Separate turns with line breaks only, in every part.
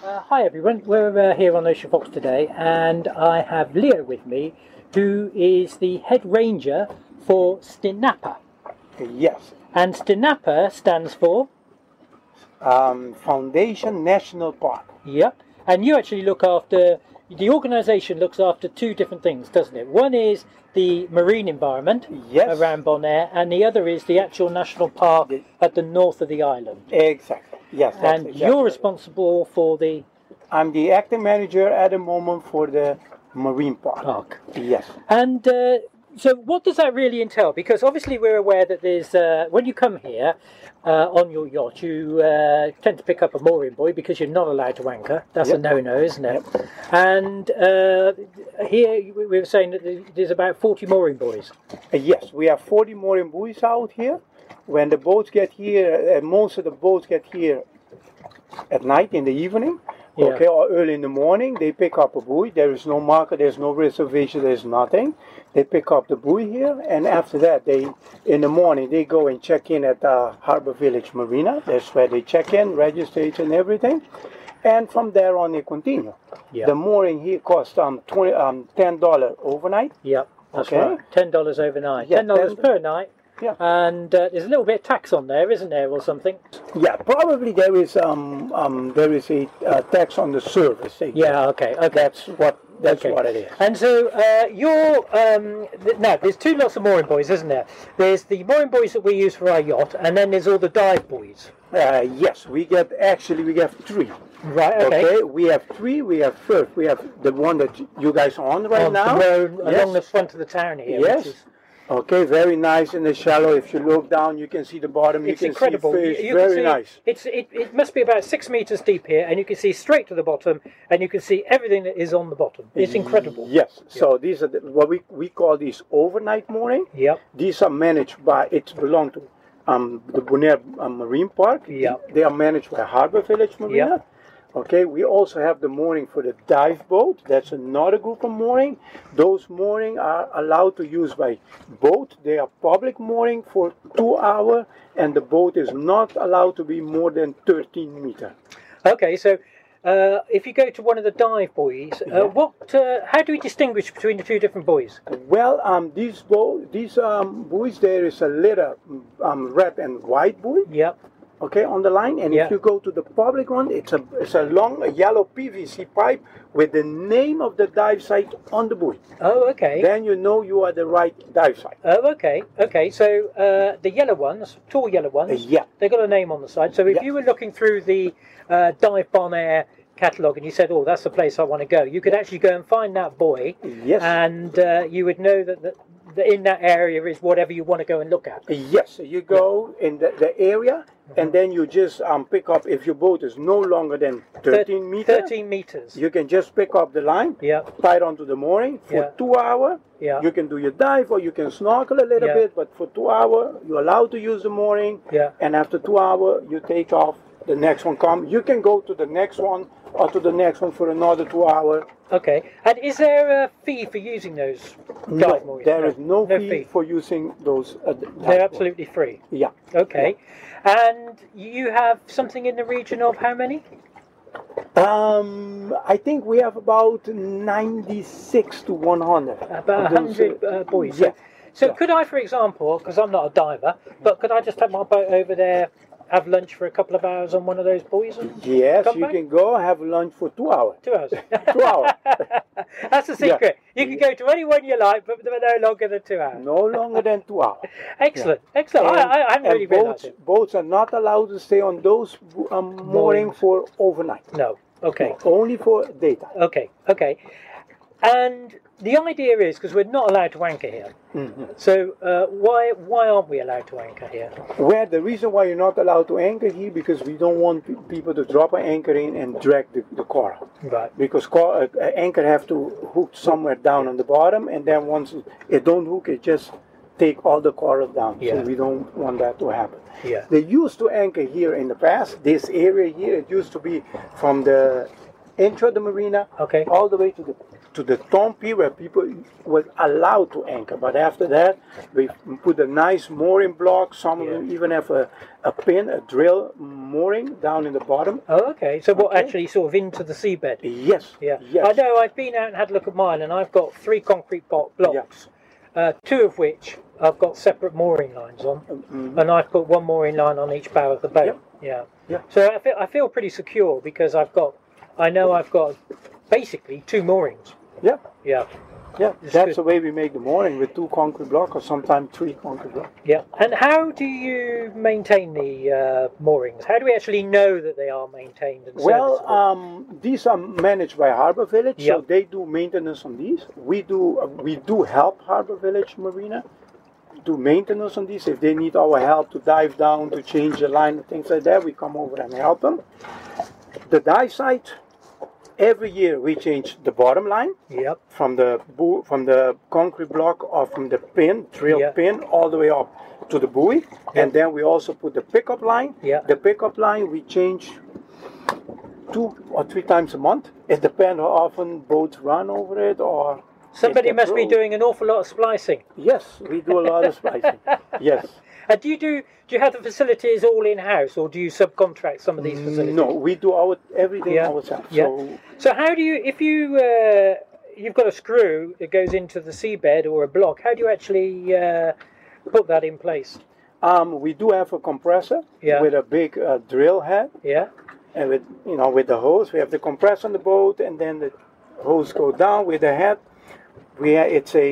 Hi everyone, we're uh, here on Ocean Fox today and I have Leo with me who is the head ranger for Stinapa.
Yes.
And Stinapa stands for,
Um, Foundation National Park.
yep, and you actually look after, the organisation looks after two different things, doesn't it? One is the marine environment
Yes.
around Bonaire and the other is the actual national park
Yes.
at the north of the island.
Exactly. Yes. that's
And
exactly
you're
right.
responsible for the
I'm the acting manager at the moment for the Marine Park.
park.
Yes.
And uh, so, what does that really entail? Because obviously, we're aware that there's uh, when you come here uh, on your yacht, you uh, tend to pick up a mooring buoy because you're not allowed to anchor. That's a
Yep.
no-no, isn't it? And uh, here we we were saying that there- there's about 40 mooring buoys.
Uh, yes. We have 40 mooring buoys out here. When the boats get here, uh, most of the boats get here at night in the evening.
Yeah.
Okay, or early in the morning, they pick up a buoy. There is no market, there's no reservation, there's nothing. They pick up the buoy here, and after that, they in the morning they go and check in at uh, Harbor Village Marina. That's where they check in, register it and everything. And from there on, they continue.
Yeah.
The mooring here costs um, 20, um ten dollar overnight.
Yep, that's
Okay.
right. Ten dollars overnight.
Yeah,
Ten dollars
ten-
per night.
Yeah.
And uh, there's a little bit of tax on there, isn't there, or something?
Yeah, probably there is um, um there is a uh, tax on the service.
Yeah. Okay. Okay.
that's what that's
Okay.
what it is.
And so uh, your um, th- now there's two lots of mooring buoys, isn't there? There's the mooring buoys that we use for our yacht, and then there's all the dive buoys.
Uh, yes, we get actually we have three.
Right.
Okay. we have three. We have first. We have the one that you guys are on right
On
now.
the road
Yes.
along the front of the town here. which
yes.
is-
Okay, very nice in the shallow. If you look down, you can see the bottom.
it's
you can
incredible.
see
You-
fish.
you can
very
see-
nice.
It's it, it must be about six meters deep here, and you can see straight to the bottom, and you can see everything that is on the bottom. It's incredible.
Yes. So these are the, what we we call these overnight mooring.
Yep.
These are managed by it belong to um, the Bonaire uh, Marine Park.
Yeah.
They are managed by Harbor Village Marina. Okay, we also have the mooring for the dive boat. That's another group of mooring. Those mooring are allowed to use by boat. They are public mooring for two hour, and the boat is not allowed to be more than 13 meter.
Okay, so uh, if you go to one of the dive buoys, uh,
Yeah.
what? Uh, how do we distinguish between the two different buoys?
Well, um, these bo- these um, buoys there is a little um, red and white buoy.
Yep.
okay, on the line. And
Yeah.
if you go to the public one, it's a it's a long yellow PVC pipe with the name of the dive site on the buoy.
Oh, okay.
Then you know you are the right dive site.
Oh, okay, okay. So uh, the yellow ones, tall yellow
Uh,
ones,
yeah,
they've got a name on the side. So if
Yeah.
you were looking through the uh, Dive Bonaire catalogue and you said, "Oh, that's the place I want to go," you could actually go and find that boy,
yes.
and uh, you would know that, that, that in that area is whatever you want to go and look at.
Yes, you go in the, the area
Mm-hmm.
and then you just um, pick up if your boat is no longer than 13 meters,
Thirteen meters.
you can just pick up the line,
Yeah,
tie it onto the mooring for
Yeah.
two hours.
yeah,
You can do your dive or you can snorkel a little
Yeah.
bit, but for two hours, you're allowed to use the mooring.
yeah.
and after two hours you take off the next one come you can go to the next one or to the next one for another two hours
Okay. And is there a fee for using those dive
no,
buoys?
there is no,
no
fee,
fee.
for using those uh, d-
They're
dive-
absolutely free.
yeah
Okay. And you have something in the region of how many?
um i think we have about 96 to 100
About
of those,
100
uh,
uh, buoys.
yeah
So
Yeah.
could I, for example, because I'm not a diver, but could I just have my boat over there, have lunch for a couple of hours on one of those buoys? And
yes
Come
you
back?
can go have lunch for two hours
two hours.
two hours
That's the
Yeah.
secret. You can go to anyone you like, but but no longer than two hours.
no longer than two hours
Excellent, excellent. I, I, I haven't
and
really realised
boats,
it.
boats are not allowed to stay on those um, mooring for overnight
No. Okay.
only for daytime
Okay. Okay. And the idea is because we're not allowed to anchor here.
Mm-hmm.
So uh, why why aren't we allowed to anchor here?
Where the reason why you're not allowed to anchor here because we don't want pe- people to drop an anchor in and drag the, the coral.
Right.
Because cor- uh, uh, anchor have to hook somewhere down on the bottom, and then once it- it don't hook, it just take all the coral down.
Yeah.
So we don't want that to happen.
Yeah.
They used to anchor here in the past. This area here, it used to be from the intro of the marina
Okay.
all the way to the to the Tompi where people were allowed to anchor. But after that, we put a nice mooring block. Some of them even have a, a pin, a drill mooring down in the bottom.
Oh, okay. So what
Okay.
actually sort of into the seabed?
Yes.
Yeah.
Yes.
I know. I've been out and had a look at mine, and I've got three concrete bo- blocks, uh, two of which I've got separate mooring lines on,
Mm-hmm.
and I've put one mooring line on each bow of the boat. Yeah.
Yeah.
So I feel I feel pretty secure because I've got, I know I've got basically two moorings.
Yeah.
Yeah.
Yeah.
It's
That's
good.
the way we make the mooring with two concrete blocks or sometimes three concrete blocks.
Yeah. And how do you maintain the uh, moorings? How do we actually know that they are maintained and
Well,
serviceable?
um, these are managed by Harbor Village, so
Yeah.
they do maintenance on these. We do uh, we do help Harbor Village Marina do maintenance on these. If they need our help to dive down to change the line and things like that, we come over and help them. The dive site, every year we change the bottom line
yep.
from the buoy, from the concrete block or from the pin, drill
Yeah.
pin, all the way up to the buoy, and then we also put the pickup line.
Yeah.
The pickup line we change two or three times a month. It depends how often boats run over it or.
Somebody
if
must
the
be
road-
doing an awful lot of splicing.
Yes, we do a lot of splicing. Yes.
And do you do do you have the facilities all in house, or do you subcontract some of these
Mm,
facilities?
No, we do our everything
Yeah.
ourselves.
Yeah.
So
So how do you, if you uh, you've got a screw that goes into the seabed or a block, how do you actually uh, put that in place?
um, we do have a compressor
Yeah.
with a big uh, drill head.
Yeah.
and with you know with the hose we have the compressor on the boat and then the hose go down with the head we ha- it's a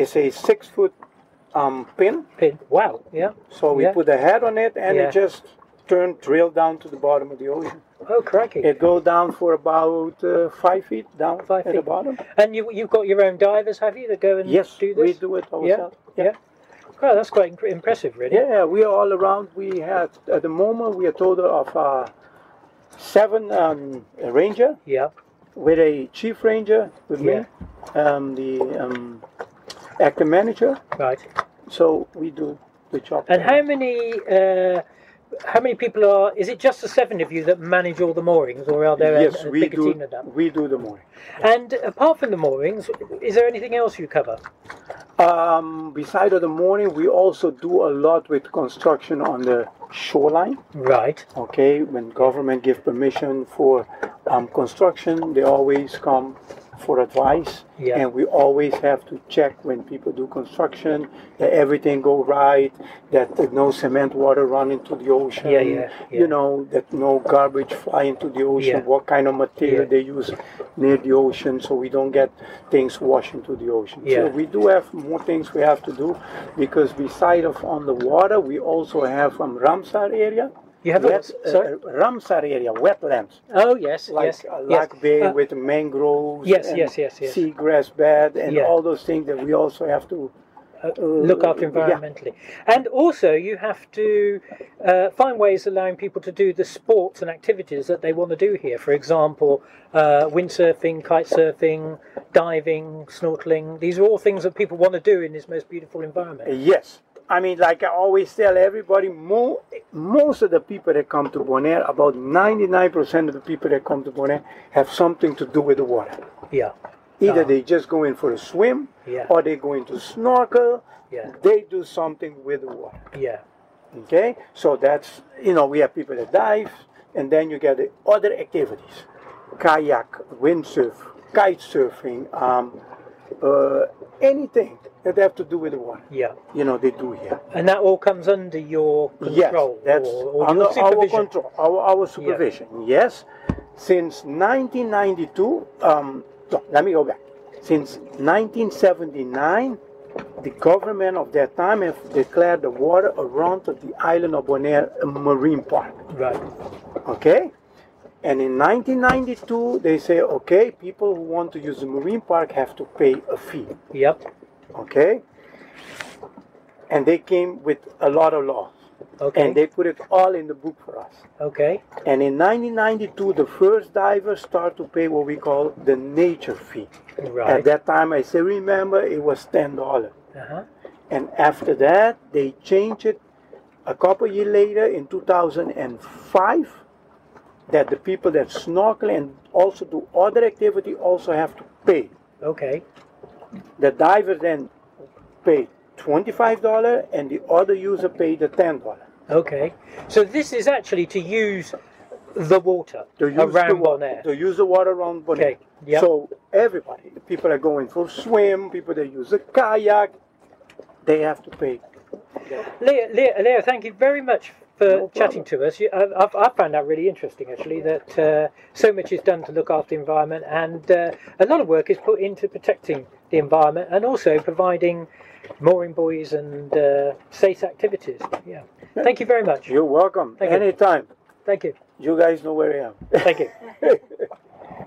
it's a six foot um, pin
Pin. Wow. Yeah.
so we
Yeah.
put the head on it and
Yeah.
it just turn drill down to the bottom of the ocean
Oh crikey.
it go down for about uh, five feet down
Five
at the
feet.
bottom
And you you've got your own divers, have you, that go and
yes
do
we
this?
do it
yeah.
ourselves
Yeah. Well, that's quite inc- impressive, really.
Yeah, yeah, we are all around. We have at the moment we are total of uh, seven um, ranger
Yeah.
with a chief ranger with
Yeah.
me, um, the um, actor manager.
Right.
So we do the job.
And how many? Uh, how many people are? Is it just the seven of you that manage all the moorings, or are there a-
yes,
a,
we
bigger
do.
team than that?
We do the mooring.
And apart from the moorings, is there anything else you cover?
Um, beside of the mooring, we also do a lot with construction on the shoreline.
Right.
Okay, when government give permission for um, construction, they always come for advice,
Yeah.
and we always have to check when people do construction that everything go right, that there no cement water run into the ocean,
Yeah, yeah, yeah.
you know, that no garbage fly into the ocean,
Yeah.
what kind of material
Yeah.
they use near the ocean, so we don't get things washed into the ocean.
Yeah.
So we do have more things we have to do, because beside of on the water, we also have um, Ramsar area.
You have a
Wet,
what?
uh,
Sorry.
uh, Ramsar area, wetlands,
oh yes,
like
yes,
uh,
yes.
Lark Bay
Uh,
with mangroves,
yes,
and
yes, yes, yes.
seagrass bed, and
Yeah.
all those things that we also have to uh,
Look after
yeah.
environmentally, and also you have to uh, find ways allowing people to do the sports and activities that they want to do here. For example, uh, windsurfing, kite surfing, diving, snorkeling. These are all things that people want to do in this most beautiful environment.
Yes. I mean, like I always tell everybody, mo- most of the people that come to Bonaire, about 99% of the people that come to Bonaire have something to do with the water.
Yeah,
Either
Ah.
they just go in for a swim,
Yeah.
or they go into snorkel.
Yeah.
They do something with the water.
yeah,
Okay, so that's you know we have people that dive, and then you get the other activities: kayak, windsurf, kite surfing, um, uh, anything that have to do with the water.
yeah.
You know they do here.
And that all comes under your control
yes, that's
or, or
under
your
our
supervision.
control, our, our supervision. Yes, since 1992. Um, no, let me go back. Since 1979, the government of that time have declared the water around the island of Bonaire a marine park.
Right.
Okay? And in 1992, they say, okay, people who want to use the marine park have to pay a fee.
Yep.
Okay? And they came with a lot of laws.
Okay.
And they put it all in the book for us.
Okay.
And in 1992, the first divers start to pay what we call the nature fee. At
Right.
that time, I say, remember, it was $10.
Uh-huh.
And after that, they changed it a couple years later in 2005 that the people that snorkel and also do other activity also have to paid.
Okay.
The diver then paid $25 and the other user paid the $10.
Okay. So this is actually to use the water
To use the
around
wa-
Bonaire.
To use the water around Bonaire.
Okay, yep.
So everybody, people are going for swim, people that use a kayak, they have to pay.
Leo, Leo, Leo, thank you very much for
No problem.
chatting to us. You, I, I, I found that really interesting, actually, that uh, so much is done to look after the environment, and uh, a lot of work is put into protecting the environment and also providing mooring buoys and uh, safe activities. Yeah. Thank you very much.
You're welcome.
Thank you.
Anytime.
Thank you.
You guys know where I am.
Thank you.